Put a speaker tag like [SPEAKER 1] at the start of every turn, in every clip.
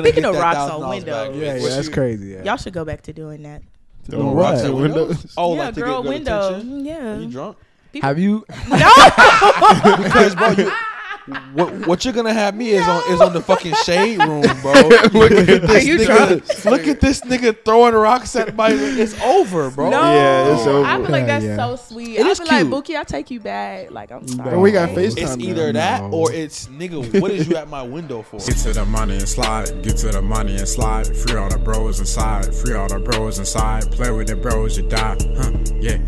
[SPEAKER 1] Speaking
[SPEAKER 2] get
[SPEAKER 1] of
[SPEAKER 2] that
[SPEAKER 1] rocks
[SPEAKER 2] $1,000
[SPEAKER 1] on windows,
[SPEAKER 2] back.
[SPEAKER 3] Yeah, yeah,
[SPEAKER 2] What
[SPEAKER 3] that's
[SPEAKER 2] you-
[SPEAKER 3] crazy. Yeah.
[SPEAKER 1] y'all should go back to doing that.
[SPEAKER 3] Doing
[SPEAKER 2] Throwing rocks
[SPEAKER 3] what?
[SPEAKER 2] at windows. Oh,
[SPEAKER 1] yeah,
[SPEAKER 2] like to get
[SPEAKER 1] girl,
[SPEAKER 2] good
[SPEAKER 1] window.
[SPEAKER 2] attention?
[SPEAKER 1] Yeah.
[SPEAKER 2] You drunk?
[SPEAKER 3] Have you?
[SPEAKER 2] Because bro, you, what what you're gonna have me is on is on the fucking shade room, bro. look at this
[SPEAKER 1] you
[SPEAKER 2] nigga. Look at this nigga throwing rocks at my. It's over, bro.
[SPEAKER 1] No,
[SPEAKER 4] Yeah, it's over.
[SPEAKER 1] I feel like that's
[SPEAKER 3] Yeah,
[SPEAKER 1] so
[SPEAKER 3] yeah.
[SPEAKER 1] sweet.
[SPEAKER 2] It
[SPEAKER 1] I
[SPEAKER 2] is
[SPEAKER 1] feel like
[SPEAKER 2] cute.
[SPEAKER 1] Bookie, I take you back. Like I'm sorry.
[SPEAKER 4] And we got
[SPEAKER 1] Like,
[SPEAKER 4] FaceTime.
[SPEAKER 2] It's
[SPEAKER 4] now.
[SPEAKER 2] either that
[SPEAKER 3] No.
[SPEAKER 2] or it's nigga. What is you at my window for?
[SPEAKER 5] Get to the money and slide, get to the money and slide. Free all the bros inside, free all the bros inside. Play with the bros, you die, huh? Yeah.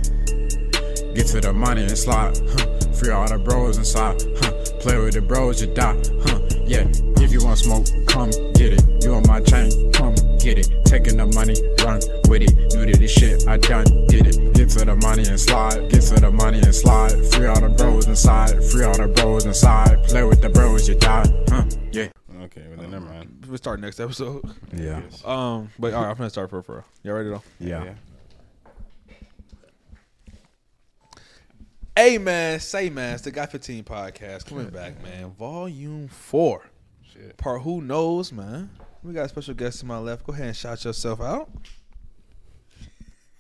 [SPEAKER 5] Get to the money and slide, huh? Free all the bros inside, huh? Play with the bros, you die, huh? Yeah. If you want smoke, come get it. You on my chain, come get it. Taking the money, run with it. New to this shit, I done did it. Get to the money and slide, get to the money and slide. Free all the bros inside, free all the bros inside. Play with the bros, you die, huh? Yeah.
[SPEAKER 4] Okay, well then never mind.
[SPEAKER 2] We start next episode.
[SPEAKER 3] Yeah.
[SPEAKER 2] Um, but all right, I'm gonna start for for. Y'all ready though?
[SPEAKER 3] Yeah.
[SPEAKER 2] Hey man, say man, it's the Guy 15 podcast coming back, man. Volume four.
[SPEAKER 4] Shit.
[SPEAKER 2] Part who knows, man. We got a special guest to my left. Go ahead and shout yourself out.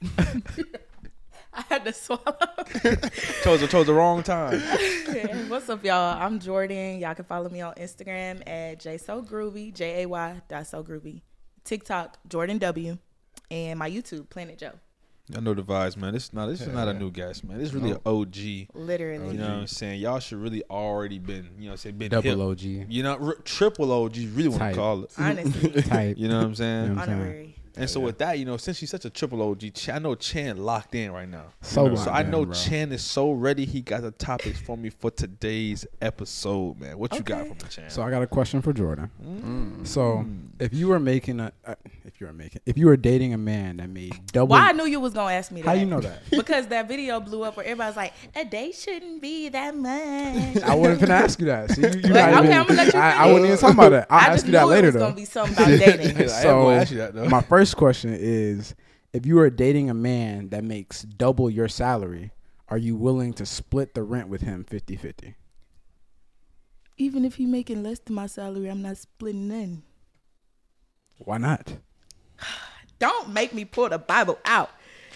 [SPEAKER 1] I had to swallow.
[SPEAKER 2] Chose the chose the wrong time.
[SPEAKER 1] Yeah. What's up, y'all? I'm Jordan. Y'all can follow me on Instagram at jsogroovy, J A Y dot so groovy. TikTok, Jordan W. And my YouTube, Planet Joe.
[SPEAKER 2] I know the vibes, man. This not this is not a new guest, man. This is really an OG.
[SPEAKER 1] Literally.
[SPEAKER 2] You know what I'm saying? Y'all should really already been, you know, say been hip.
[SPEAKER 3] Double OG
[SPEAKER 2] You know, r- triple OG. Really want to
[SPEAKER 3] Tight.
[SPEAKER 2] call it.
[SPEAKER 1] Honestly.
[SPEAKER 3] type.
[SPEAKER 2] You know what I'm saying?
[SPEAKER 3] Yeah.
[SPEAKER 1] honorary.
[SPEAKER 2] And so with that, you know, since she's such a triple OG, Ch- I know Chan locked in right now.
[SPEAKER 3] So
[SPEAKER 2] You know,
[SPEAKER 3] locked
[SPEAKER 2] so I
[SPEAKER 3] in,
[SPEAKER 2] know
[SPEAKER 3] bro.
[SPEAKER 2] Chan is so ready. He got the topics for me for today's episode, man. What you got
[SPEAKER 1] Okay.
[SPEAKER 2] for me, Chan?
[SPEAKER 3] So I got a question for Jordan.
[SPEAKER 1] Mm.
[SPEAKER 3] So if you were making a, uh, if you were making, if you were dating a man that made double,
[SPEAKER 1] Why I knew you was gonna ask me that.
[SPEAKER 3] how you know that?
[SPEAKER 1] Because that video blew up where everybody's like, a day shouldn't be that much.
[SPEAKER 3] I wasn't gonna ask you that. See, you, you
[SPEAKER 1] Like, okay,
[SPEAKER 3] not even,
[SPEAKER 1] I'm gonna let you
[SPEAKER 3] I, I
[SPEAKER 1] finish.
[SPEAKER 3] wouldn't even talk about that. I'll
[SPEAKER 1] I
[SPEAKER 3] ask
[SPEAKER 1] just
[SPEAKER 3] you
[SPEAKER 1] knew
[SPEAKER 3] that
[SPEAKER 1] it
[SPEAKER 3] later
[SPEAKER 1] was
[SPEAKER 3] though.
[SPEAKER 1] gonna be something about dating.
[SPEAKER 2] I am gonna ask you that, though.
[SPEAKER 3] my first question is: If you are dating a man that makes double your salary, are you willing to split the rent with him 50-50?
[SPEAKER 1] Even if he making less than my salary, I'm not splitting none.
[SPEAKER 3] Why not?
[SPEAKER 1] Don't make me pull the Bible out.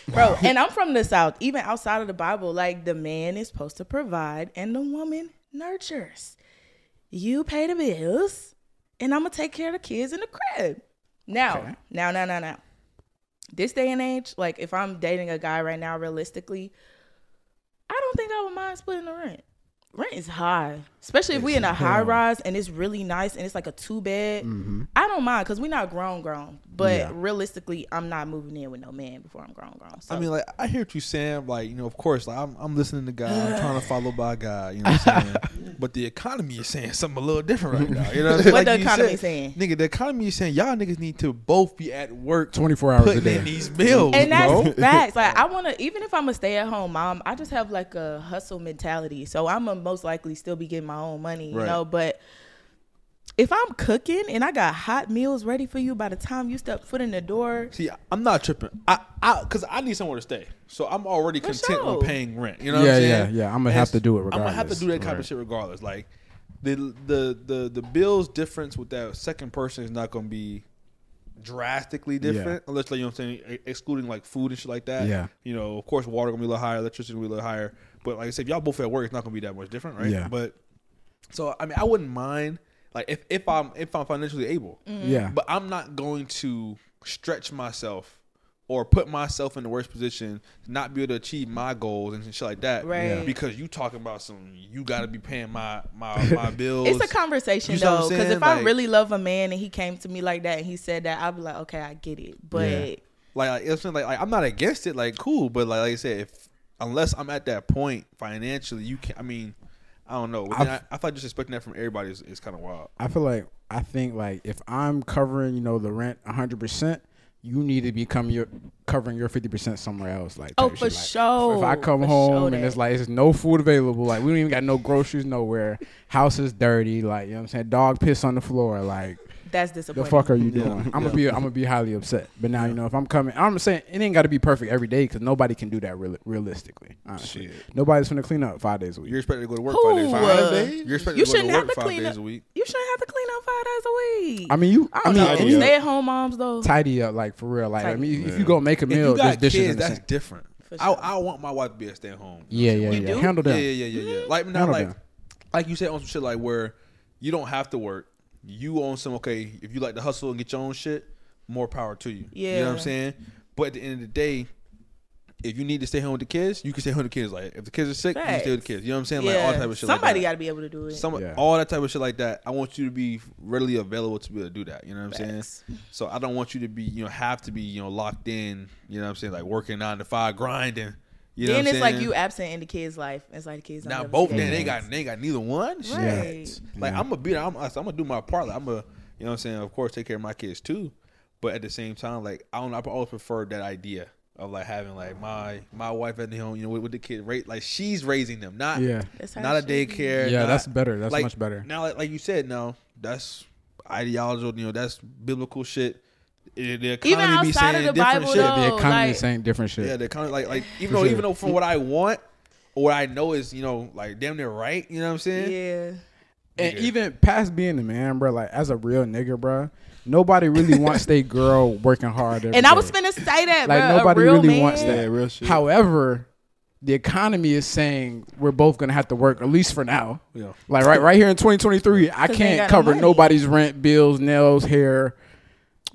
[SPEAKER 1] Bro, and I'm from the South. Even outside of the Bible, like the man is supposed to provide and the woman nurtures. You pay the bills, and I'm gonna take care of the kids in the crib. Now,
[SPEAKER 3] Okay.
[SPEAKER 1] now, now, now, now. This day and age, like if I'm dating a guy right now, realistically, I don't think I would mind splitting the rent. Rent is high, especially if we in a high rise and it's really nice and it's like a two bed. I don't mind because we're not grown, grown. But
[SPEAKER 3] Mm-hmm. Yeah.
[SPEAKER 1] realistically, I'm not moving in with no man before I'm grown, grown. So.
[SPEAKER 2] I mean, like, I hear what you saying. Like, you know, of course, like, I'm, I'm listening to God, I'm trying to follow by God. You know what I'm saying? but the economy is saying something a little different right now. You know what I'm saying?
[SPEAKER 1] What the
[SPEAKER 2] you
[SPEAKER 1] economy
[SPEAKER 2] said,
[SPEAKER 1] saying?
[SPEAKER 2] Nigga, the economy is saying y'all niggas need to both be at work
[SPEAKER 3] 24 hours a
[SPEAKER 2] putting
[SPEAKER 3] day.
[SPEAKER 2] in these bills,
[SPEAKER 1] and that's
[SPEAKER 2] bro.
[SPEAKER 1] facts. Like I want to, even if I'm a stay at home mom, I just have like a hustle mentality. So I'm gonna most likely still be getting my own money, you
[SPEAKER 2] Right.
[SPEAKER 1] know. But if I'm cooking and I got hot meals ready for you by the time you step foot in the door,
[SPEAKER 2] See, I'm not tripping. I, I, cause I need somewhere to stay, so I'm already
[SPEAKER 1] For
[SPEAKER 2] content
[SPEAKER 1] sure.
[SPEAKER 2] with paying rent. You know
[SPEAKER 3] Yeah,
[SPEAKER 2] what I'm
[SPEAKER 3] yeah,
[SPEAKER 2] saying?
[SPEAKER 3] yeah. I'ma
[SPEAKER 2] And
[SPEAKER 3] have to do it
[SPEAKER 2] I'm gonna have to
[SPEAKER 3] regardless.
[SPEAKER 2] do that type of
[SPEAKER 3] Right.
[SPEAKER 2] shit regardless. Like the the the the bills difference with that second person is not gonna be drastically different, unless like you know what I'm saying, e- excluding like food and shit like that.
[SPEAKER 3] Yeah.
[SPEAKER 2] You know, of course, water gonna be a little higher, electricity gonna be a little higher. But like I said, if y'all both at work, it's not gonna be that much different, right?
[SPEAKER 3] Yeah.
[SPEAKER 2] But so I mean, I wouldn't mind like if if I'm if I'm financially able.
[SPEAKER 1] Mm-hmm.
[SPEAKER 3] Yeah.
[SPEAKER 2] But I'm not going to stretch myself or put myself in the worst position, to not be able to achieve my goals and shit like that.
[SPEAKER 1] Right. Yeah.
[SPEAKER 2] Because you talking about some, you got to be paying my my my bills.
[SPEAKER 1] it's a conversation
[SPEAKER 2] You see what I'm
[SPEAKER 1] though. Because
[SPEAKER 2] saying?
[SPEAKER 1] if I
[SPEAKER 2] Like-
[SPEAKER 1] really love a man and he came to me like that and he said that, I'd be like, okay, I get it. But
[SPEAKER 3] Yeah.
[SPEAKER 2] like, like, you know what I'm saying? like like I'm not against it. Like cool, but like like I said, if unless I'm at that point financially, you can. not I mean, I don't know. But then I, I thought just expecting that from everybody is, is kind of wild.
[SPEAKER 3] I feel like I think like if I'm covering you know the rent 100, percent you need to be coming your covering your 50 percent somewhere else. Like
[SPEAKER 1] Oh,
[SPEAKER 3] type
[SPEAKER 1] for
[SPEAKER 3] shit. Like,
[SPEAKER 1] sure.
[SPEAKER 3] If I come
[SPEAKER 1] For
[SPEAKER 3] home
[SPEAKER 1] sure
[SPEAKER 3] and it's
[SPEAKER 1] that.
[SPEAKER 3] like there's no food available, like we don't even got no groceries nowhere. House is dirty, like you know what I'm saying. Dog piss on the floor, like
[SPEAKER 1] that's
[SPEAKER 3] the
[SPEAKER 1] disappointing.
[SPEAKER 3] fuck are you
[SPEAKER 2] Yeah.
[SPEAKER 3] doing? I'm
[SPEAKER 2] Yeah.
[SPEAKER 3] gonna be I'm gonna be highly upset. But now you know if I'm coming, I'm saying it ain't got to be perfect every day because nobody can do that real, realistically. Honestly,
[SPEAKER 2] Shit.
[SPEAKER 3] nobody's gonna clean up five days a week.
[SPEAKER 2] You're expected to go to work
[SPEAKER 1] Who,
[SPEAKER 2] five days. a week.
[SPEAKER 1] uh,
[SPEAKER 2] You're expected
[SPEAKER 1] you
[SPEAKER 2] to go
[SPEAKER 1] shouldn't
[SPEAKER 2] to
[SPEAKER 1] have
[SPEAKER 2] work
[SPEAKER 1] to
[SPEAKER 2] five
[SPEAKER 1] clean
[SPEAKER 2] days
[SPEAKER 1] up.
[SPEAKER 2] a week.
[SPEAKER 1] You shouldn't have to clean up five days a week.
[SPEAKER 3] I mean, you.
[SPEAKER 1] I
[SPEAKER 3] I,
[SPEAKER 1] don't
[SPEAKER 3] mean,
[SPEAKER 1] know.
[SPEAKER 3] and you
[SPEAKER 1] stay at home moms though.
[SPEAKER 3] tidy up like for real. Like I
[SPEAKER 1] Tidy.
[SPEAKER 3] mean, if you go make a
[SPEAKER 2] If
[SPEAKER 3] meal,
[SPEAKER 2] you
[SPEAKER 3] there's
[SPEAKER 2] got
[SPEAKER 3] dishes
[SPEAKER 2] kids,
[SPEAKER 3] in the
[SPEAKER 2] that's
[SPEAKER 3] sink.
[SPEAKER 2] different.
[SPEAKER 1] For
[SPEAKER 2] I,
[SPEAKER 1] sure.
[SPEAKER 2] I want my wife to be a stay at home.
[SPEAKER 3] Yeah, yeah, yeah.
[SPEAKER 1] do? Mm-hmm.
[SPEAKER 3] Handle
[SPEAKER 2] Yeah,
[SPEAKER 3] that.
[SPEAKER 2] yeah, yeah, yeah. Like
[SPEAKER 3] I
[SPEAKER 2] now,
[SPEAKER 3] don't
[SPEAKER 2] like
[SPEAKER 3] know.
[SPEAKER 2] like you said on some shit like where you don't have to work. You own some okay. If you like to hustle and get your own shit, more power to you. you know what I'm
[SPEAKER 1] Yeah.
[SPEAKER 2] saying. But at the end of the day, if you need to stay home with the kids, you can stay home with the kids. Like if the kids are sick, you can stay with the
[SPEAKER 1] Facts.
[SPEAKER 2] kids. You know what I'm saying?
[SPEAKER 1] yeah.
[SPEAKER 2] Like all type of shit.
[SPEAKER 1] Somebody
[SPEAKER 2] like
[SPEAKER 1] got to be able to do it.
[SPEAKER 2] that. some
[SPEAKER 3] Yeah.
[SPEAKER 2] all that type of shit like that. I want you to be readily available to be able to do that. You know what I'm
[SPEAKER 1] Facts.
[SPEAKER 2] saying? So I don't want you to be you know have to be you know locked in. You know what I'm saying? Like working nine to five, grinding. You know
[SPEAKER 1] then
[SPEAKER 2] what
[SPEAKER 1] it's
[SPEAKER 2] I'm
[SPEAKER 1] like
[SPEAKER 2] saying?
[SPEAKER 1] you absent in the kids' life. It's like the kids. don't
[SPEAKER 2] Now
[SPEAKER 1] ever
[SPEAKER 2] both
[SPEAKER 1] see
[SPEAKER 2] then
[SPEAKER 1] their
[SPEAKER 2] they
[SPEAKER 1] parents.
[SPEAKER 2] got they got neither one.
[SPEAKER 1] Right.
[SPEAKER 2] Shit. Like I'm gonna be I'm, I'm gonna do my part. Like, I'm gonna you know what I'm saying. Of course, take care of my kids too. But at the same time, like I don't. know, I always prefer that idea of like having like my my wife at the home. You know, with, with the kid, right? Like she's raising them, not
[SPEAKER 3] Yeah.
[SPEAKER 1] That's how
[SPEAKER 2] not a
[SPEAKER 1] it should be.
[SPEAKER 2] daycare.
[SPEAKER 3] Yeah,
[SPEAKER 2] not-
[SPEAKER 3] that's better. That's
[SPEAKER 2] like,
[SPEAKER 3] much better.
[SPEAKER 2] Now, like, like you said, now that's ideological. You know, that's biblical shit. The the economy
[SPEAKER 1] Even
[SPEAKER 2] be
[SPEAKER 1] outside of
[SPEAKER 2] saying
[SPEAKER 1] the
[SPEAKER 2] different
[SPEAKER 1] Bible,
[SPEAKER 2] shit.
[SPEAKER 1] though,
[SPEAKER 3] the
[SPEAKER 1] Oh,
[SPEAKER 3] economy
[SPEAKER 1] like-
[SPEAKER 3] is saying different shit.
[SPEAKER 2] Yeah, the kind of like like even
[SPEAKER 3] For
[SPEAKER 2] though
[SPEAKER 3] sure.
[SPEAKER 2] even though from what I want or what I know is you know like damn near right. You know what I'm saying?
[SPEAKER 1] Yeah.
[SPEAKER 3] and
[SPEAKER 2] Nigga.
[SPEAKER 3] even past being a man, bro, like as a real nigga, bro, nobody really wants their girl working hard. every
[SPEAKER 1] And I was
[SPEAKER 3] day.
[SPEAKER 1] finna say that,
[SPEAKER 3] like
[SPEAKER 1] bruh, a
[SPEAKER 3] nobody
[SPEAKER 1] real
[SPEAKER 3] really
[SPEAKER 1] man-
[SPEAKER 3] wants that.
[SPEAKER 5] Yeah, real shit.
[SPEAKER 3] However, the economy is saying we're both gonna have to work at least for now.
[SPEAKER 2] Yeah.
[SPEAKER 3] Like right, right here in 2023, I
[SPEAKER 1] they
[SPEAKER 3] can't
[SPEAKER 1] got no
[SPEAKER 3] cover
[SPEAKER 1] money.
[SPEAKER 3] nobody's rent, bills, nails, hair.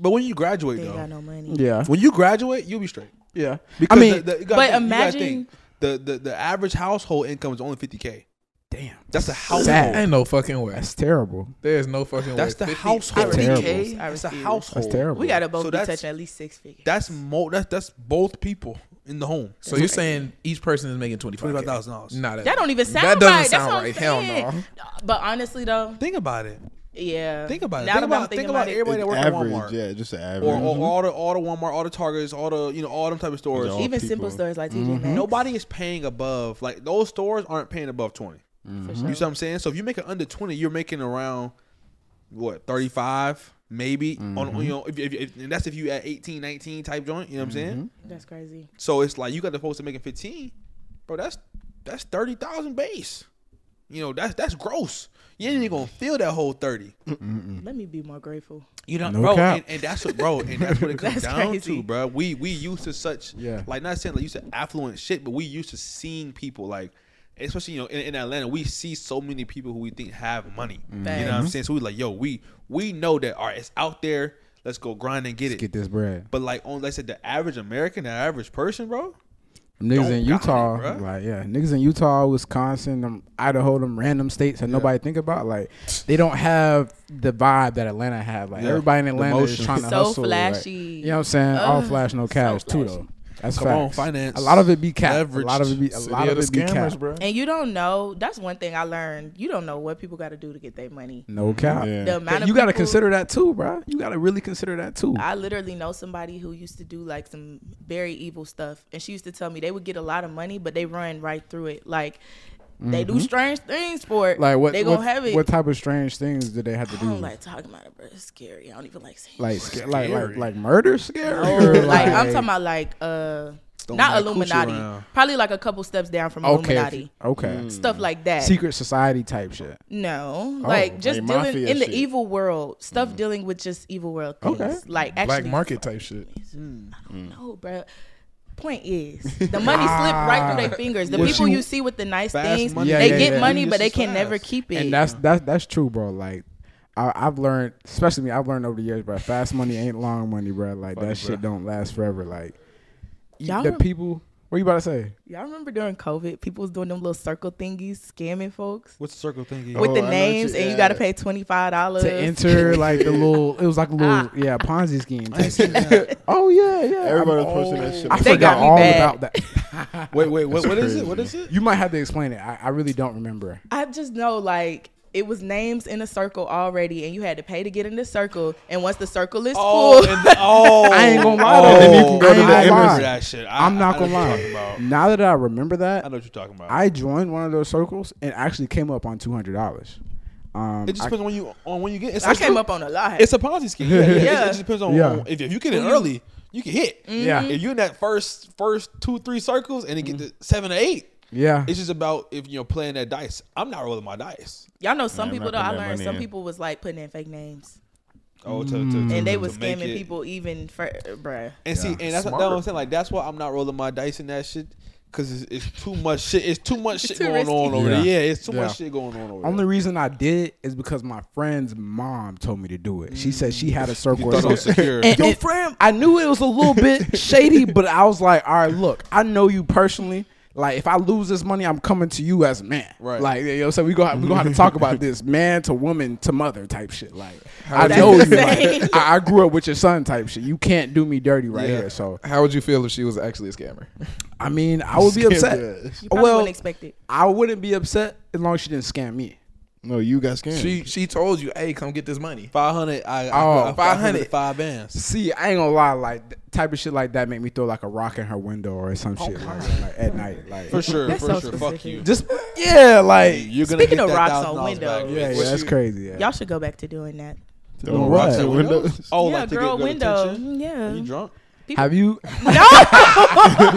[SPEAKER 2] But when you graduate
[SPEAKER 1] They ain't
[SPEAKER 2] though,
[SPEAKER 1] got no money.
[SPEAKER 3] Yeah,
[SPEAKER 2] when you graduate, you'll be straight.
[SPEAKER 3] yeah.
[SPEAKER 2] Because
[SPEAKER 3] I mean,
[SPEAKER 2] the, the, you gotta
[SPEAKER 1] But
[SPEAKER 2] think- you gotta
[SPEAKER 1] imagine-
[SPEAKER 2] think, the, the the average household income is only 50k.
[SPEAKER 3] damn,
[SPEAKER 2] That's the household.
[SPEAKER 3] Sad.
[SPEAKER 5] Ain't no fucking way.
[SPEAKER 3] that's terrible.
[SPEAKER 5] There's no fucking way.
[SPEAKER 2] That's the
[SPEAKER 5] 50
[SPEAKER 1] I
[SPEAKER 2] household.
[SPEAKER 3] That's terrible.
[SPEAKER 1] refuse. I
[SPEAKER 2] That's the
[SPEAKER 1] refuse.
[SPEAKER 2] household.
[SPEAKER 3] That's terrible.
[SPEAKER 1] We gotta both
[SPEAKER 2] So
[SPEAKER 1] be
[SPEAKER 2] that's-
[SPEAKER 1] touching at least six figures.
[SPEAKER 2] That's mo. That's that's both people in the home.
[SPEAKER 5] So you're saying each person is making twenty five
[SPEAKER 2] $25,000.
[SPEAKER 5] Nah, that,
[SPEAKER 1] that don't even sound
[SPEAKER 5] That
[SPEAKER 1] right.
[SPEAKER 5] doesn't
[SPEAKER 1] That's
[SPEAKER 5] sound
[SPEAKER 1] what I'm
[SPEAKER 5] right. Hell
[SPEAKER 1] saying.
[SPEAKER 5] no.
[SPEAKER 1] But honestly though,
[SPEAKER 2] Think about it.
[SPEAKER 1] yeah.
[SPEAKER 2] Think about it.
[SPEAKER 1] Now
[SPEAKER 2] Think
[SPEAKER 1] that I'm
[SPEAKER 2] about,
[SPEAKER 1] thinking
[SPEAKER 2] think about
[SPEAKER 1] it,
[SPEAKER 2] everybody that works at
[SPEAKER 4] average,
[SPEAKER 2] Walmart
[SPEAKER 4] yeah, just an average.
[SPEAKER 2] or, or all the all the Walmart, all the Targets, all the you know all them type of stores.
[SPEAKER 4] Y'all-
[SPEAKER 1] even
[SPEAKER 4] people.
[SPEAKER 1] simple stores like TJ
[SPEAKER 3] Mm-hmm.
[SPEAKER 1] Maxx.
[SPEAKER 2] Nobody is paying above. Like those stores aren't paying above twenty.
[SPEAKER 1] for sure.
[SPEAKER 2] You see what I'm saying? So if you make it under 20, you're making around what 35 maybe on
[SPEAKER 1] Mm-hmm.
[SPEAKER 2] you know if, if, if- and that's if you at 18, 19 type joint, you know what
[SPEAKER 1] Mm-hmm.
[SPEAKER 2] I'm saying?
[SPEAKER 1] That's crazy.
[SPEAKER 2] So it's like you got the post to making 15. Bro, that's that's 30,000 base. You know, that's that's gross. You ain't even gonna feel that whole 30.
[SPEAKER 3] Mm-hmm.
[SPEAKER 1] Let me be more grateful.
[SPEAKER 2] You know,
[SPEAKER 3] No
[SPEAKER 2] bro,
[SPEAKER 3] cap.
[SPEAKER 2] and, and that's what, bro, and that's what it comes
[SPEAKER 1] That's
[SPEAKER 2] down
[SPEAKER 1] crazy.
[SPEAKER 2] to, bro. We we used to such,
[SPEAKER 3] Yeah.
[SPEAKER 2] like not saying like used to affluent shit, but we used to seeing people like, especially you know in, in Atlanta, we see so many people who we think have money. You know what I'm saying? So we like, yo, we we know that all right, it's out there. Let's go grind and get it.
[SPEAKER 3] Get this bread.
[SPEAKER 2] but like on, let's say the average American, the average person, bro,
[SPEAKER 3] Niggas in
[SPEAKER 2] Don't got it,
[SPEAKER 3] Utah,
[SPEAKER 2] bruh.
[SPEAKER 3] like yeah, niggas in Utah, Wisconsin, them Idaho, them random states that nobody think about, like they don't have the vibe that Atlanta have. Like
[SPEAKER 2] Yeah.
[SPEAKER 3] everybody in
[SPEAKER 2] The
[SPEAKER 3] Atlanta is
[SPEAKER 2] motion.
[SPEAKER 3] trying to
[SPEAKER 1] So
[SPEAKER 3] hustle. like,
[SPEAKER 1] flashy.
[SPEAKER 3] you know what I'm saying? All
[SPEAKER 1] Ugh,
[SPEAKER 3] flash, no
[SPEAKER 1] so
[SPEAKER 3] cash too
[SPEAKER 1] flashy.
[SPEAKER 3] though. That's
[SPEAKER 2] Come on,
[SPEAKER 3] facts.
[SPEAKER 2] finance.
[SPEAKER 3] A lot of it be cap. A
[SPEAKER 2] Leveraged.
[SPEAKER 3] lot of it be a
[SPEAKER 5] City
[SPEAKER 3] lot
[SPEAKER 5] of
[SPEAKER 3] of
[SPEAKER 5] the
[SPEAKER 3] it be
[SPEAKER 5] scammers,
[SPEAKER 3] cap.
[SPEAKER 5] bro.
[SPEAKER 1] And you don't know. That's one thing I learned. You don't know what people got to do to get their money.
[SPEAKER 3] No cap.
[SPEAKER 4] Yeah.
[SPEAKER 1] The amount
[SPEAKER 3] But
[SPEAKER 1] of
[SPEAKER 3] you got to
[SPEAKER 1] people-
[SPEAKER 3] consider that too, bro. You got to really consider that too.
[SPEAKER 1] I literally know somebody who used to do like some very evil stuff, and she used to tell me they would get a lot of money, but they run right through it. Like they do strange things for it.
[SPEAKER 3] Mm-hmm. like what?
[SPEAKER 1] they gonna
[SPEAKER 3] what,
[SPEAKER 1] have it.
[SPEAKER 3] What type of strange things did they have to
[SPEAKER 1] I
[SPEAKER 3] do?
[SPEAKER 1] don't like talking about it, bro. It's scary. I don't even like saying. it.
[SPEAKER 3] like, sca- like,
[SPEAKER 2] Scary.
[SPEAKER 3] like, like murder scary?
[SPEAKER 1] Oh,
[SPEAKER 3] Or
[SPEAKER 1] like, I'm talking about like uh,
[SPEAKER 2] Don't
[SPEAKER 1] not
[SPEAKER 2] have coochie
[SPEAKER 1] Illuminati.
[SPEAKER 2] around.
[SPEAKER 1] Probably like a couple steps down from
[SPEAKER 3] okay, Mm.
[SPEAKER 1] Illuminati.
[SPEAKER 3] okay,
[SPEAKER 2] Mm.
[SPEAKER 1] Stuff like that.
[SPEAKER 3] secret society type shit. oh,
[SPEAKER 1] No, like just
[SPEAKER 4] like
[SPEAKER 1] dealing
[SPEAKER 4] mafia
[SPEAKER 1] in the
[SPEAKER 4] shit.
[SPEAKER 1] evil world stuff, dealing with just evil world things,
[SPEAKER 3] Mm. Okay.
[SPEAKER 1] like actually
[SPEAKER 5] black market type shit.
[SPEAKER 1] No, bro. Point is, the money slip right through their fingers. The
[SPEAKER 3] What
[SPEAKER 1] people
[SPEAKER 3] you-
[SPEAKER 1] you, see with the nice
[SPEAKER 2] Ah. Fast
[SPEAKER 1] things,
[SPEAKER 2] money.
[SPEAKER 3] Yeah,
[SPEAKER 1] they
[SPEAKER 3] yeah,
[SPEAKER 1] get
[SPEAKER 3] yeah.
[SPEAKER 1] money,
[SPEAKER 2] It's
[SPEAKER 1] but they
[SPEAKER 2] just
[SPEAKER 1] can
[SPEAKER 2] fast.
[SPEAKER 1] never keep it.
[SPEAKER 3] And that's that's that's true, bro. Like I, I've learned, especially me, I've learned over the years, bro. Fast money ain't long money, bro. Like that shit don't last forever. Like you-
[SPEAKER 1] Y'all
[SPEAKER 3] the
[SPEAKER 1] rem-
[SPEAKER 3] people. What you about to say?
[SPEAKER 1] y'all remember during COVID, people was doing them little circle thingies, scamming folks
[SPEAKER 2] what's the circle thinking?
[SPEAKER 3] Oh,
[SPEAKER 1] with the
[SPEAKER 4] I know what
[SPEAKER 1] names,
[SPEAKER 4] you-
[SPEAKER 1] and
[SPEAKER 4] yeah.
[SPEAKER 1] you got to pay twenty five dollars
[SPEAKER 3] To enter like the little, it was like a little,
[SPEAKER 1] Ah.
[SPEAKER 3] yeah, Ponzi scheme. Type shit. oh yeah, yeah. I'm-
[SPEAKER 4] Everybody was posting that shit.
[SPEAKER 3] I
[SPEAKER 4] on
[SPEAKER 1] They
[SPEAKER 3] forgot
[SPEAKER 1] got me
[SPEAKER 3] all
[SPEAKER 1] bad.
[SPEAKER 3] about that.
[SPEAKER 2] wait, wait, what, what is
[SPEAKER 4] crazy.
[SPEAKER 2] it? What is it?
[SPEAKER 3] You might have to explain it. I, I really don't remember.
[SPEAKER 1] I just know like. It was names in a circle already, and you had to pay to get in the circle. And once the circle is full,
[SPEAKER 2] and the- oh,
[SPEAKER 3] I ain't gonna lie, though.
[SPEAKER 2] oh,
[SPEAKER 3] Then you can go to
[SPEAKER 2] I
[SPEAKER 3] the
[SPEAKER 2] remember
[SPEAKER 3] image.
[SPEAKER 2] that shit. I,
[SPEAKER 3] I'm not
[SPEAKER 2] I know
[SPEAKER 3] gonna
[SPEAKER 2] what you're
[SPEAKER 3] lie. Mm.
[SPEAKER 2] talking about.
[SPEAKER 3] Now that I remember that,
[SPEAKER 2] I know what you're talking about.
[SPEAKER 3] I joined one of those circles and actually came up on two hundred dollars. Um,
[SPEAKER 2] It just
[SPEAKER 3] I-
[SPEAKER 2] depends on when you on when you get. It's,
[SPEAKER 1] I
[SPEAKER 2] it's-
[SPEAKER 1] came up on a lot.
[SPEAKER 2] It's a Ponzi scheme. Yeah, It, it
[SPEAKER 1] Yeah.
[SPEAKER 2] just depends on,
[SPEAKER 3] Yeah.
[SPEAKER 2] on- if, if you get in
[SPEAKER 1] you-
[SPEAKER 2] early, you can hit.
[SPEAKER 3] Yeah.
[SPEAKER 2] If you in that first first two three circles and it get to seven or eight,
[SPEAKER 3] yeah.
[SPEAKER 2] it's just about if you're playing that dice. I'm not rolling my dice.
[SPEAKER 1] Y'all know some
[SPEAKER 4] Yeah, I'm
[SPEAKER 1] people
[SPEAKER 4] not
[SPEAKER 1] though. I
[SPEAKER 4] putting that
[SPEAKER 1] learned
[SPEAKER 4] money
[SPEAKER 1] some
[SPEAKER 4] in.
[SPEAKER 1] people was like putting in fake names,
[SPEAKER 2] Oh, to, to, to,
[SPEAKER 1] and they
[SPEAKER 2] to-
[SPEAKER 1] was
[SPEAKER 2] to make
[SPEAKER 1] scamming
[SPEAKER 2] it.
[SPEAKER 1] people even for bruh.
[SPEAKER 2] And see, and that's, that's what I'm saying. Like that's why I'm not rolling my dice in that shit because it's, it's too much shit. It's too much shit
[SPEAKER 1] too
[SPEAKER 2] going
[SPEAKER 1] risky.
[SPEAKER 2] on over
[SPEAKER 3] Yeah.
[SPEAKER 2] there. Yeah, it's too
[SPEAKER 3] Yeah.
[SPEAKER 2] much shit going on over
[SPEAKER 3] Only reason I did it is because my friend's mom told me to do it. She said she had a
[SPEAKER 2] there.
[SPEAKER 3] circle.
[SPEAKER 2] Mm. You thought it was secure.
[SPEAKER 3] Yo, friend, I knew it was a little bit shady, but I was like, all right, look, I know you personally. Like, if I lose this money, I'm coming to you as a man.
[SPEAKER 2] Right.
[SPEAKER 3] Like, you know, so we gonna we gonna have to talk about this man to woman to mother type shit. Like, I
[SPEAKER 1] That's
[SPEAKER 3] know you.
[SPEAKER 1] insane.
[SPEAKER 3] Like, I, I grew up with your son type shit. You can't do me dirty right
[SPEAKER 6] Yeah.
[SPEAKER 3] here. So,
[SPEAKER 6] How would you feel if she was actually a scammer?
[SPEAKER 3] I mean, I would be
[SPEAKER 6] Scammed
[SPEAKER 3] upset.
[SPEAKER 6] her ass.
[SPEAKER 1] Probably
[SPEAKER 3] Well,
[SPEAKER 1] wouldn't expect it.
[SPEAKER 3] I wouldn't be upset as long as she didn't scam me.
[SPEAKER 4] No, you got scammed.
[SPEAKER 6] She she told you, hey, come get this money.
[SPEAKER 2] Five hundred. I,
[SPEAKER 3] Oh,
[SPEAKER 2] I, I,
[SPEAKER 6] 500.
[SPEAKER 2] Five bands.
[SPEAKER 3] See, I ain't gonna lie, like th- type of shit like that make me throw like a rock in her window or some shit like, like, at night, like
[SPEAKER 2] For sure.
[SPEAKER 1] That's
[SPEAKER 2] for
[SPEAKER 1] so
[SPEAKER 2] sure. Fuck
[SPEAKER 1] specific.
[SPEAKER 2] you.
[SPEAKER 3] just yeah, like
[SPEAKER 2] You're gonna
[SPEAKER 1] Speaking
[SPEAKER 2] get
[SPEAKER 1] of
[SPEAKER 2] that
[SPEAKER 1] rocks
[SPEAKER 2] $1,000
[SPEAKER 1] on
[SPEAKER 2] back.
[SPEAKER 1] windows.
[SPEAKER 3] yeah, yeah,
[SPEAKER 6] what
[SPEAKER 3] that's
[SPEAKER 6] you-
[SPEAKER 3] crazy. Yeah,
[SPEAKER 1] Y'all should go back to doing that.
[SPEAKER 4] Throwing
[SPEAKER 3] What?
[SPEAKER 4] rocks at windows.
[SPEAKER 2] Oh,
[SPEAKER 1] yeah,
[SPEAKER 2] like to get
[SPEAKER 1] girl
[SPEAKER 2] good
[SPEAKER 1] window.
[SPEAKER 2] attention?
[SPEAKER 1] Yeah.
[SPEAKER 2] You drunk?
[SPEAKER 3] have you?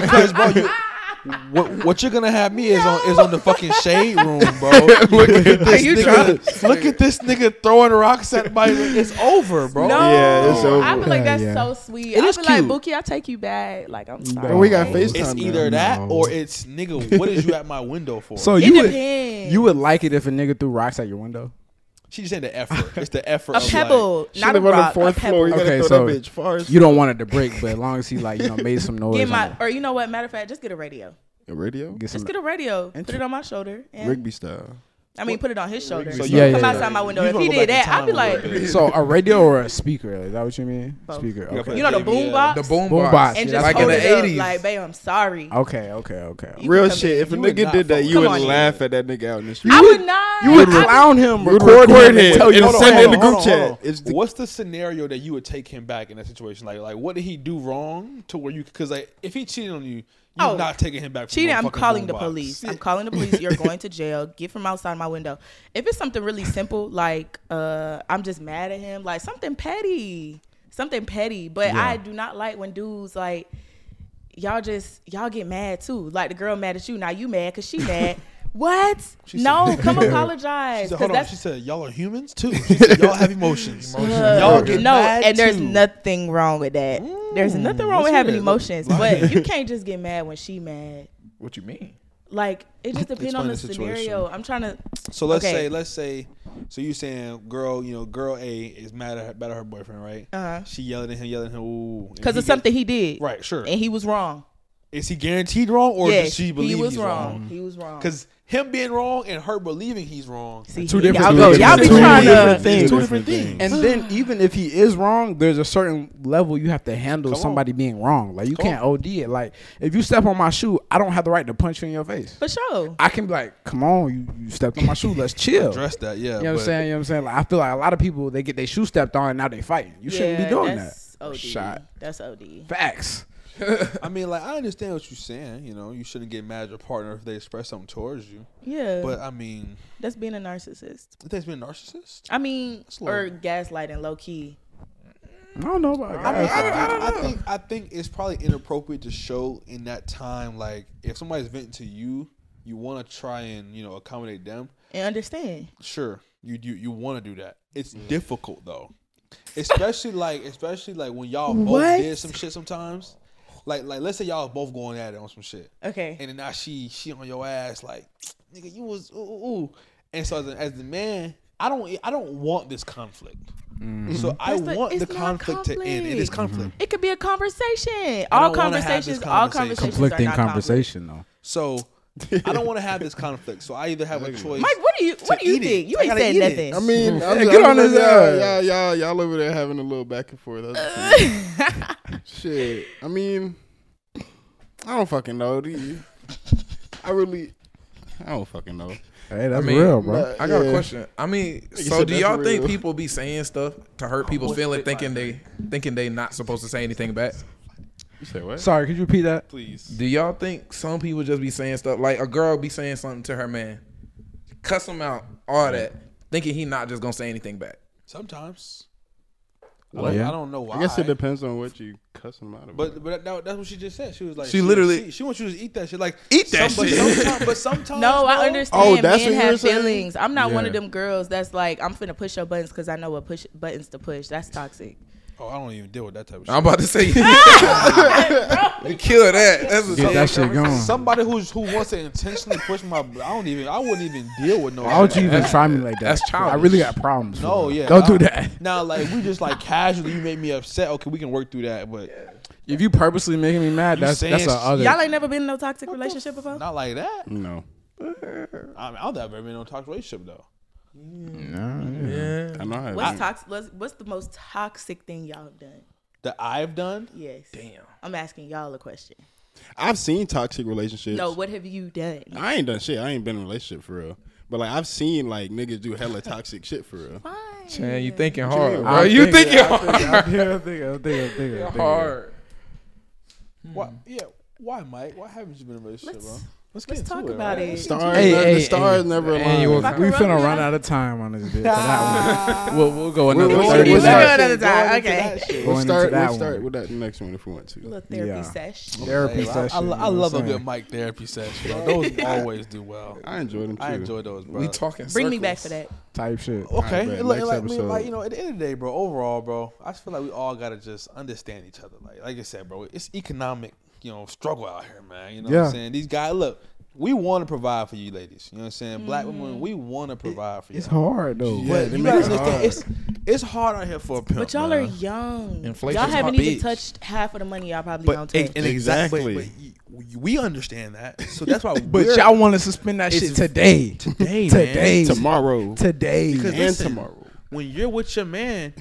[SPEAKER 2] Because bro, you, what what you're gonna have me is on is on the fucking shade room, bro. look at this
[SPEAKER 1] you
[SPEAKER 2] nigga. Look at this nigga throwing rocks at my. It's over, bro.
[SPEAKER 1] No,
[SPEAKER 4] Yeah, it's over.
[SPEAKER 1] I feel like
[SPEAKER 3] Yeah,
[SPEAKER 1] that's
[SPEAKER 3] yeah.
[SPEAKER 1] so sweet.
[SPEAKER 2] It
[SPEAKER 1] I
[SPEAKER 2] is
[SPEAKER 1] feel like
[SPEAKER 2] cute.
[SPEAKER 1] Bookie, I take you back. Like I'm sorry.
[SPEAKER 4] And we got
[SPEAKER 1] Like,
[SPEAKER 4] FaceTime.
[SPEAKER 2] It's
[SPEAKER 4] now.
[SPEAKER 2] either that
[SPEAKER 3] No.
[SPEAKER 2] or it's nigga. What is you at my window for?
[SPEAKER 1] It
[SPEAKER 3] So Oh, you would
[SPEAKER 1] depends.
[SPEAKER 3] you would like it if a nigga threw rocks at your window?
[SPEAKER 2] she just said the effort. It's the effort.
[SPEAKER 1] a
[SPEAKER 2] of
[SPEAKER 1] pebble,
[SPEAKER 2] Like,
[SPEAKER 4] She
[SPEAKER 1] not a
[SPEAKER 4] live on
[SPEAKER 1] rock.
[SPEAKER 4] the fourth
[SPEAKER 1] a pebble.
[SPEAKER 4] floor. You gotta
[SPEAKER 3] Okay,
[SPEAKER 4] throw
[SPEAKER 3] so
[SPEAKER 4] that bitch far. as-
[SPEAKER 3] You don't want it to break, but as long as he like you know made some noise,
[SPEAKER 1] Get my,
[SPEAKER 3] I'm-
[SPEAKER 1] or you know what? Matter of fact, just get a radio.
[SPEAKER 4] A radio?
[SPEAKER 3] get some,
[SPEAKER 1] Just get a radio. Put
[SPEAKER 3] Inter-
[SPEAKER 1] it on my shoulder. And,
[SPEAKER 4] Rigby style.
[SPEAKER 1] I mean, put it on his shoulder.
[SPEAKER 2] so
[SPEAKER 3] Yeah,
[SPEAKER 2] you-
[SPEAKER 1] Come
[SPEAKER 3] yeah,
[SPEAKER 1] outside my window.
[SPEAKER 2] You
[SPEAKER 1] If
[SPEAKER 2] wanna
[SPEAKER 1] he
[SPEAKER 2] go back
[SPEAKER 1] did that,
[SPEAKER 2] in
[SPEAKER 1] I'd be
[SPEAKER 2] time a
[SPEAKER 1] like,
[SPEAKER 2] little bit.
[SPEAKER 3] so a radio or a speaker? Is that what you mean?
[SPEAKER 1] Both.
[SPEAKER 3] Speaker.
[SPEAKER 2] You gotta
[SPEAKER 3] Okay.
[SPEAKER 2] put
[SPEAKER 1] you know, the
[SPEAKER 2] Yeah.
[SPEAKER 1] boom box.
[SPEAKER 6] The boom,
[SPEAKER 3] Boom
[SPEAKER 6] box.
[SPEAKER 3] box,
[SPEAKER 1] and
[SPEAKER 3] yeah.
[SPEAKER 1] just
[SPEAKER 6] Like in
[SPEAKER 1] hold
[SPEAKER 6] the
[SPEAKER 1] it up,
[SPEAKER 6] 80s.
[SPEAKER 1] like, babe, I'm sorry.
[SPEAKER 3] Okay. Okay. Okay.
[SPEAKER 1] You
[SPEAKER 4] Real
[SPEAKER 1] would come
[SPEAKER 4] shit.
[SPEAKER 1] in-
[SPEAKER 4] If a
[SPEAKER 2] you would
[SPEAKER 4] nigga
[SPEAKER 2] not
[SPEAKER 4] did that,
[SPEAKER 2] fuck
[SPEAKER 4] you
[SPEAKER 1] with
[SPEAKER 4] would
[SPEAKER 1] him.
[SPEAKER 4] laugh at that nigga out in the street.
[SPEAKER 1] I would not.
[SPEAKER 3] You would
[SPEAKER 1] I-
[SPEAKER 3] clown him,
[SPEAKER 4] You would
[SPEAKER 3] record
[SPEAKER 4] record
[SPEAKER 3] him, and
[SPEAKER 4] him
[SPEAKER 3] tell
[SPEAKER 4] and
[SPEAKER 3] you
[SPEAKER 2] Hold on,
[SPEAKER 4] send
[SPEAKER 2] hold
[SPEAKER 4] it
[SPEAKER 2] on,
[SPEAKER 4] in the group
[SPEAKER 2] hold on,
[SPEAKER 4] chat.
[SPEAKER 2] hold on.
[SPEAKER 4] It's the-
[SPEAKER 2] What's the scenario that you would take him back in that situation? Like, like what did he do wrong to where you? Because like, if he cheated on you, you're
[SPEAKER 1] Oh,
[SPEAKER 2] not taking him back. From
[SPEAKER 1] Cheating,
[SPEAKER 2] no
[SPEAKER 1] I'm
[SPEAKER 2] fucking
[SPEAKER 1] calling
[SPEAKER 2] boom
[SPEAKER 1] the
[SPEAKER 2] box.
[SPEAKER 1] police. I'm calling the police. You're going to jail. Get from outside my window. If it's something really simple, like uh, I'm just mad at him, like something petty, something petty. But I do not like when dudes like y'all just y'all get mad too. Like the girl mad at you. Now you mad because she mad. what? no, come
[SPEAKER 2] She
[SPEAKER 1] apologize.
[SPEAKER 2] said,
[SPEAKER 1] 'cause
[SPEAKER 2] hold on.
[SPEAKER 1] that's-
[SPEAKER 2] She said, y'all are humans too. She said, y'all have emotions.
[SPEAKER 1] uh,
[SPEAKER 2] Y'all get
[SPEAKER 1] no,
[SPEAKER 2] mad
[SPEAKER 1] and there's
[SPEAKER 2] too.
[SPEAKER 1] nothing wrong with that. there's nothing wrong with
[SPEAKER 2] let's
[SPEAKER 1] having
[SPEAKER 2] hear it.
[SPEAKER 1] emotions, but you can't just get mad when she mad.
[SPEAKER 6] What you mean?
[SPEAKER 1] Like it just depends
[SPEAKER 2] Explain
[SPEAKER 1] on the,
[SPEAKER 2] the situation.
[SPEAKER 1] scenario. I'm trying to.
[SPEAKER 2] So let's
[SPEAKER 1] Okay.
[SPEAKER 2] say, let's say, so you saying, girl, you know, girl A is mad at her, mad at her boyfriend, right?
[SPEAKER 1] Uh-huh.
[SPEAKER 2] She yelling at him, yelling at him, ooh, And
[SPEAKER 1] because
[SPEAKER 2] he
[SPEAKER 1] of
[SPEAKER 2] get-
[SPEAKER 1] something he did.
[SPEAKER 2] Right, sure.
[SPEAKER 1] And he was wrong.
[SPEAKER 2] Is he guaranteed wrong, or
[SPEAKER 1] yes,
[SPEAKER 2] does she believe
[SPEAKER 1] he was
[SPEAKER 2] he's
[SPEAKER 1] wrong.
[SPEAKER 2] wrong?
[SPEAKER 1] He was wrong.
[SPEAKER 2] Because him being wrong and her believing he's wrong.
[SPEAKER 1] See,
[SPEAKER 3] Two
[SPEAKER 1] he-
[SPEAKER 3] different-
[SPEAKER 1] y'all,
[SPEAKER 3] two
[SPEAKER 1] go,
[SPEAKER 3] different-
[SPEAKER 1] y'all be
[SPEAKER 3] two
[SPEAKER 1] trying
[SPEAKER 3] different
[SPEAKER 1] to.
[SPEAKER 2] It's
[SPEAKER 4] things.
[SPEAKER 2] two different things.
[SPEAKER 3] And then even if he is wrong, there's a certain level you have to handle
[SPEAKER 2] Come on.
[SPEAKER 3] somebody being wrong. Like you can't OD it. Like if you step on my shoe, I don't have the right to punch you in your face.
[SPEAKER 1] For sure.
[SPEAKER 3] I can be like, come on, you, you stepped on my shoe, let's chill. You know
[SPEAKER 2] Address that, yeah.
[SPEAKER 3] what I'm
[SPEAKER 2] but-
[SPEAKER 3] saying? You know what I'm saying? Like I feel like a lot of people they get their shoe stepped on and now they fighting. You shouldn't be
[SPEAKER 1] Yeah,
[SPEAKER 3] doing that.
[SPEAKER 1] that's OD.
[SPEAKER 3] Shot.
[SPEAKER 1] That's OD.
[SPEAKER 3] Facts.
[SPEAKER 2] I mean, like, I understand what you're saying. You know, you shouldn't get mad at your partner if they express something towards you.
[SPEAKER 1] Yeah.
[SPEAKER 2] But I mean,
[SPEAKER 1] that's being a narcissist.
[SPEAKER 2] if they've been a narcissist.
[SPEAKER 1] I mean,
[SPEAKER 2] Slow.
[SPEAKER 1] or gaslighting low key.
[SPEAKER 3] I don't know about
[SPEAKER 2] I, mean,
[SPEAKER 3] guys.
[SPEAKER 2] I, think, I think I think it's probably inappropriate to show in that time. Like, if somebody's venting to you, you want to try and you know accommodate them.
[SPEAKER 1] And understand.
[SPEAKER 2] Sure, you you, you want to do that. It's difficult though, especially like especially like when y'all both
[SPEAKER 1] What?
[SPEAKER 2] did some shit sometimes. Like like let's say y'all both going at it on some shit.
[SPEAKER 1] Okay.
[SPEAKER 2] and then now she she on your ass like nigga you was ooh, ooh, ooh. and so as, a, as the man I don't I don't want this conflict
[SPEAKER 4] Mm-hmm.
[SPEAKER 2] so I
[SPEAKER 1] That's the-
[SPEAKER 2] want the
[SPEAKER 1] it's not
[SPEAKER 2] conflict, to end it is
[SPEAKER 1] conflict.
[SPEAKER 2] conflict
[SPEAKER 1] it could be a conversation.
[SPEAKER 2] I
[SPEAKER 1] All
[SPEAKER 2] don't wanna have this
[SPEAKER 1] conversations. All
[SPEAKER 2] conversation.
[SPEAKER 1] conversations.
[SPEAKER 3] conflicting
[SPEAKER 1] are not conflict.
[SPEAKER 3] conversation though.
[SPEAKER 2] so I don't want to have this conflict so I either have a choice
[SPEAKER 1] Mike, what do you what
[SPEAKER 2] To
[SPEAKER 1] do you
[SPEAKER 2] eat it.
[SPEAKER 1] think? You
[SPEAKER 2] I
[SPEAKER 1] ain't
[SPEAKER 2] gotta
[SPEAKER 1] said
[SPEAKER 2] eat it.
[SPEAKER 1] nothing.
[SPEAKER 4] I mean, I'm
[SPEAKER 3] Yeah,
[SPEAKER 4] just-
[SPEAKER 3] get
[SPEAKER 4] I'm
[SPEAKER 3] on
[SPEAKER 4] just-
[SPEAKER 3] his
[SPEAKER 4] y'all,
[SPEAKER 3] ass.
[SPEAKER 4] y'all, y'all, y'all over there having a little back and forth. That's the thing. Shit. I mean, I don't fucking know. Do you? I really, I don't fucking know.
[SPEAKER 3] Hey, that's
[SPEAKER 6] I mean,
[SPEAKER 3] real, bro.
[SPEAKER 4] nah,
[SPEAKER 6] I got
[SPEAKER 4] yeah.
[SPEAKER 6] a question. I mean,
[SPEAKER 4] you
[SPEAKER 6] so
[SPEAKER 4] said
[SPEAKER 6] do
[SPEAKER 4] that's
[SPEAKER 6] y'all think
[SPEAKER 4] real.
[SPEAKER 6] people be saying stuff to hurt people's feelings, thinking they thinking they not supposed to say anything back?
[SPEAKER 4] You say what?
[SPEAKER 3] Sorry, could you repeat that?
[SPEAKER 2] please
[SPEAKER 6] Do y'all think some people just be saying stuff like a girl be saying something to her man, cuss him out, all that, thinking he not just gonna say anything back.
[SPEAKER 2] Sometimes. I,
[SPEAKER 3] What?
[SPEAKER 2] don't,
[SPEAKER 3] Yeah.
[SPEAKER 2] I don't know why.
[SPEAKER 4] Oh, I guess it depends on what you cuss him out about.
[SPEAKER 2] But but that, that's what she just said. She was like,
[SPEAKER 6] She literally-
[SPEAKER 2] she, she wants you to eat that shit. Like
[SPEAKER 6] Eat that
[SPEAKER 2] some-
[SPEAKER 6] shit.
[SPEAKER 2] But sometimes, but sometimes
[SPEAKER 1] No, I
[SPEAKER 2] though,
[SPEAKER 1] understand.
[SPEAKER 4] Oh, that's
[SPEAKER 1] Men
[SPEAKER 4] what you were
[SPEAKER 1] have
[SPEAKER 4] saying?
[SPEAKER 1] feelings. I'm not one of
[SPEAKER 3] Yeah.
[SPEAKER 1] them girls that's like, I'm finna push your buttons because I know what push buttons to push. That's toxic.
[SPEAKER 2] Oh, I don't even deal with that type of shit.
[SPEAKER 6] I'm about to say kill that. That's what
[SPEAKER 3] Get that shit going.
[SPEAKER 2] Somebody who's who wants to intentionally push my. I don't even. I wouldn't even deal with no.
[SPEAKER 3] Why would you even try me like that?
[SPEAKER 6] That's
[SPEAKER 3] I really
[SPEAKER 6] childish.
[SPEAKER 3] got problems.
[SPEAKER 2] No,
[SPEAKER 3] fool.
[SPEAKER 2] yeah.
[SPEAKER 3] Don't
[SPEAKER 2] I-
[SPEAKER 3] do that.
[SPEAKER 2] Now, like we just like casually, you made me upset. Okay, we can work through that, but
[SPEAKER 3] If you purposely making me mad, that's
[SPEAKER 2] saying
[SPEAKER 3] that's a
[SPEAKER 2] sh-
[SPEAKER 3] other.
[SPEAKER 1] Y'all ain't never been in no toxic relationship before?
[SPEAKER 2] not like that.
[SPEAKER 4] no,
[SPEAKER 2] I mean, I don't think I've ever been in a toxic relationship though.
[SPEAKER 3] Nah, yeah.
[SPEAKER 4] I know. how it
[SPEAKER 1] What's
[SPEAKER 4] is.
[SPEAKER 1] toxic? What's, what's the most toxic thing y'all have done?
[SPEAKER 2] That I've done.
[SPEAKER 1] Yes.
[SPEAKER 6] Damn.
[SPEAKER 1] I'm asking y'all a question.
[SPEAKER 4] I've seen toxic relationships.
[SPEAKER 1] No, what have you done?
[SPEAKER 4] I ain't done shit. I ain't been in a relationship for real. But like I've seen like niggas do hella toxic shit for real.
[SPEAKER 6] Man,
[SPEAKER 1] Fine.
[SPEAKER 6] you thinking hard,
[SPEAKER 4] mean,
[SPEAKER 6] bro. You thinking hard.
[SPEAKER 3] I'm thinking, I'm thinking, I'm thinking, I'm thinking, I'm thinking.
[SPEAKER 6] hard.
[SPEAKER 2] Why? Yeah. Why, Mike? Why haven't you been in a relationship, bro? Let's,
[SPEAKER 1] Hmm. Let's
[SPEAKER 2] into
[SPEAKER 1] talk about
[SPEAKER 2] man.
[SPEAKER 1] it.
[SPEAKER 4] Stars,
[SPEAKER 3] Hey, hey,
[SPEAKER 4] never,
[SPEAKER 3] hey.
[SPEAKER 4] the stars never
[SPEAKER 6] Hey, you
[SPEAKER 4] lie.
[SPEAKER 6] was-
[SPEAKER 3] We
[SPEAKER 1] Fuck around
[SPEAKER 3] finna
[SPEAKER 1] with
[SPEAKER 3] run
[SPEAKER 1] that.
[SPEAKER 3] out of time on this bitch. for that one. We'll we'll go
[SPEAKER 4] We'll-
[SPEAKER 3] another
[SPEAKER 4] we'll-
[SPEAKER 3] thirty
[SPEAKER 4] we'll-
[SPEAKER 3] minutes.
[SPEAKER 4] we'll-
[SPEAKER 1] another time.
[SPEAKER 2] Going into
[SPEAKER 1] Okay.
[SPEAKER 2] that shit.
[SPEAKER 3] Going
[SPEAKER 4] We'll start.
[SPEAKER 3] into that
[SPEAKER 4] We'll start
[SPEAKER 3] one.
[SPEAKER 4] with that next one if we want to.
[SPEAKER 1] Little therapy
[SPEAKER 3] Yeah.
[SPEAKER 1] sesh.
[SPEAKER 3] Therapy
[SPEAKER 2] Hey, I-
[SPEAKER 3] session.
[SPEAKER 2] I,
[SPEAKER 3] you
[SPEAKER 2] lo-
[SPEAKER 3] know
[SPEAKER 2] I
[SPEAKER 3] what I'm
[SPEAKER 2] love a
[SPEAKER 3] saying?
[SPEAKER 2] good mic therapy session, bro. Those always do well.
[SPEAKER 4] I enjoyed them too.
[SPEAKER 2] I enjoy those, bro.
[SPEAKER 6] We talking.
[SPEAKER 1] Bring me back for
[SPEAKER 6] circles.
[SPEAKER 1] that.
[SPEAKER 3] type shit.
[SPEAKER 2] Okay,
[SPEAKER 4] Alright, bet.
[SPEAKER 2] and like,
[SPEAKER 4] Next
[SPEAKER 2] like, I mean, like,
[SPEAKER 4] episode.
[SPEAKER 2] you know, at the end of the day, bro. Overall, bro, I just feel like we all gotta just understand each other. Like, like I said, bro, it's economic, you know, struggle out here, man. You know what
[SPEAKER 3] Yeah.
[SPEAKER 2] I'm saying? These guys, look, we want to provide for you, ladies. You know what I'm saying? Black
[SPEAKER 1] Mm-hmm.
[SPEAKER 2] women, we want to provide for you.
[SPEAKER 3] It's hard though.
[SPEAKER 2] but
[SPEAKER 4] they
[SPEAKER 2] you
[SPEAKER 4] make
[SPEAKER 2] gotta
[SPEAKER 4] it
[SPEAKER 2] understand,
[SPEAKER 4] hard.
[SPEAKER 2] it's it's hard out here for a pimp.
[SPEAKER 1] But y'all
[SPEAKER 2] man.
[SPEAKER 1] are young.
[SPEAKER 6] Inflation's
[SPEAKER 1] y'all haven't
[SPEAKER 6] my
[SPEAKER 1] even
[SPEAKER 6] bitch.
[SPEAKER 1] touched half of the money y'all probably on
[SPEAKER 2] but
[SPEAKER 1] touch.
[SPEAKER 2] and, and exactly,
[SPEAKER 4] Exactly.
[SPEAKER 2] but, but y- we understand that. So that's why.
[SPEAKER 3] But
[SPEAKER 2] we're-
[SPEAKER 3] y'all want to suspend that
[SPEAKER 2] It's
[SPEAKER 3] shit today.
[SPEAKER 2] today, man.
[SPEAKER 3] today,
[SPEAKER 4] tomorrow
[SPEAKER 3] today.
[SPEAKER 2] Because
[SPEAKER 4] and
[SPEAKER 2] listen,
[SPEAKER 4] tomorrow.
[SPEAKER 2] when you're with your man,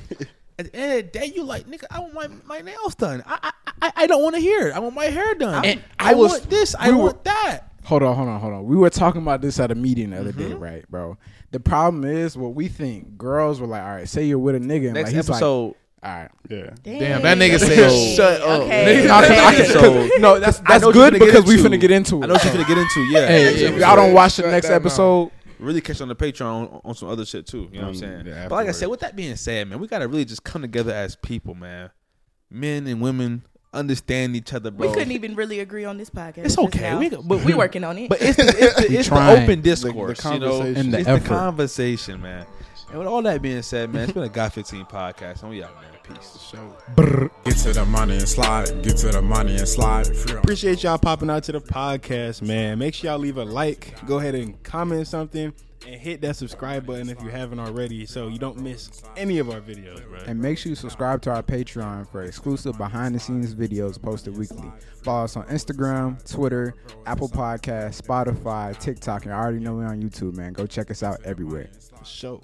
[SPEAKER 2] at the end of the day, you like, nigga, I want my, my nails done. I I, I, I don't want to hear it. I want my hair done.
[SPEAKER 3] And
[SPEAKER 2] I,
[SPEAKER 3] I was-
[SPEAKER 2] want this. I
[SPEAKER 3] we were-
[SPEAKER 2] want that.
[SPEAKER 3] Hold on, hold on, hold on. We were talking about this at a meeting the other
[SPEAKER 2] Mm-hmm.
[SPEAKER 3] day, right, bro? The problem is what we think. Girls were like, all right, say you're with a nigga, and like, he's like, all right.
[SPEAKER 4] Yeah.
[SPEAKER 6] Damn, that nigga
[SPEAKER 1] Dang.
[SPEAKER 6] said.
[SPEAKER 2] Shut up.
[SPEAKER 1] Okay.
[SPEAKER 3] No, I can- I
[SPEAKER 2] Okay.
[SPEAKER 3] can-
[SPEAKER 2] So-
[SPEAKER 3] no, that's
[SPEAKER 2] I
[SPEAKER 3] that's
[SPEAKER 2] know what
[SPEAKER 3] good
[SPEAKER 2] you're gonna
[SPEAKER 3] because
[SPEAKER 2] get
[SPEAKER 3] we
[SPEAKER 2] into.
[SPEAKER 3] finna get into
[SPEAKER 2] I
[SPEAKER 3] it.
[SPEAKER 2] know what you're gonna get into. Yeah.
[SPEAKER 3] Hey, if y'all don't watch the next
[SPEAKER 6] that mouth.
[SPEAKER 3] episode,
[SPEAKER 2] really catch on the Patreon on, on some other shit too. You know what I'm
[SPEAKER 3] Mm,
[SPEAKER 4] Um,
[SPEAKER 2] saying?
[SPEAKER 4] yeah,
[SPEAKER 2] but like I
[SPEAKER 4] afterwards.
[SPEAKER 2] said, with that being said, man, we gotta really just come together as people, man. Men and women understand each other,
[SPEAKER 1] We
[SPEAKER 2] bro.
[SPEAKER 1] couldn't even really agree on this podcast.
[SPEAKER 2] It's
[SPEAKER 1] just
[SPEAKER 2] okay.
[SPEAKER 1] now.
[SPEAKER 2] We, but
[SPEAKER 1] we
[SPEAKER 2] we
[SPEAKER 1] working on it.
[SPEAKER 2] But it's the, it's the, it's the
[SPEAKER 3] trying.
[SPEAKER 2] open
[SPEAKER 3] The-
[SPEAKER 2] discourse,
[SPEAKER 4] the
[SPEAKER 2] you know,
[SPEAKER 4] conversation. And
[SPEAKER 3] the
[SPEAKER 2] it's
[SPEAKER 3] effort.
[SPEAKER 2] the conversation, man. And with all that being said, man, it's been a God 15 podcast. And we out, man. Peace.
[SPEAKER 5] Get to the money and slide. Get to the money and slide. Free on
[SPEAKER 4] Appreciate y'all popping out to the podcast, man. Make sure y'all leave a like. Go ahead and comment something. And hit that subscribe button if you haven't already, so you don't miss any of our videos, bro.
[SPEAKER 3] And make sure you subscribe to our Patreon for exclusive behind the scenes videos posted weekly. Follow us on Instagram, Twitter, Apple Podcasts, Spotify, TikTok, and I already know we're on YouTube, man. Go check us out everywhere.
[SPEAKER 4] Show.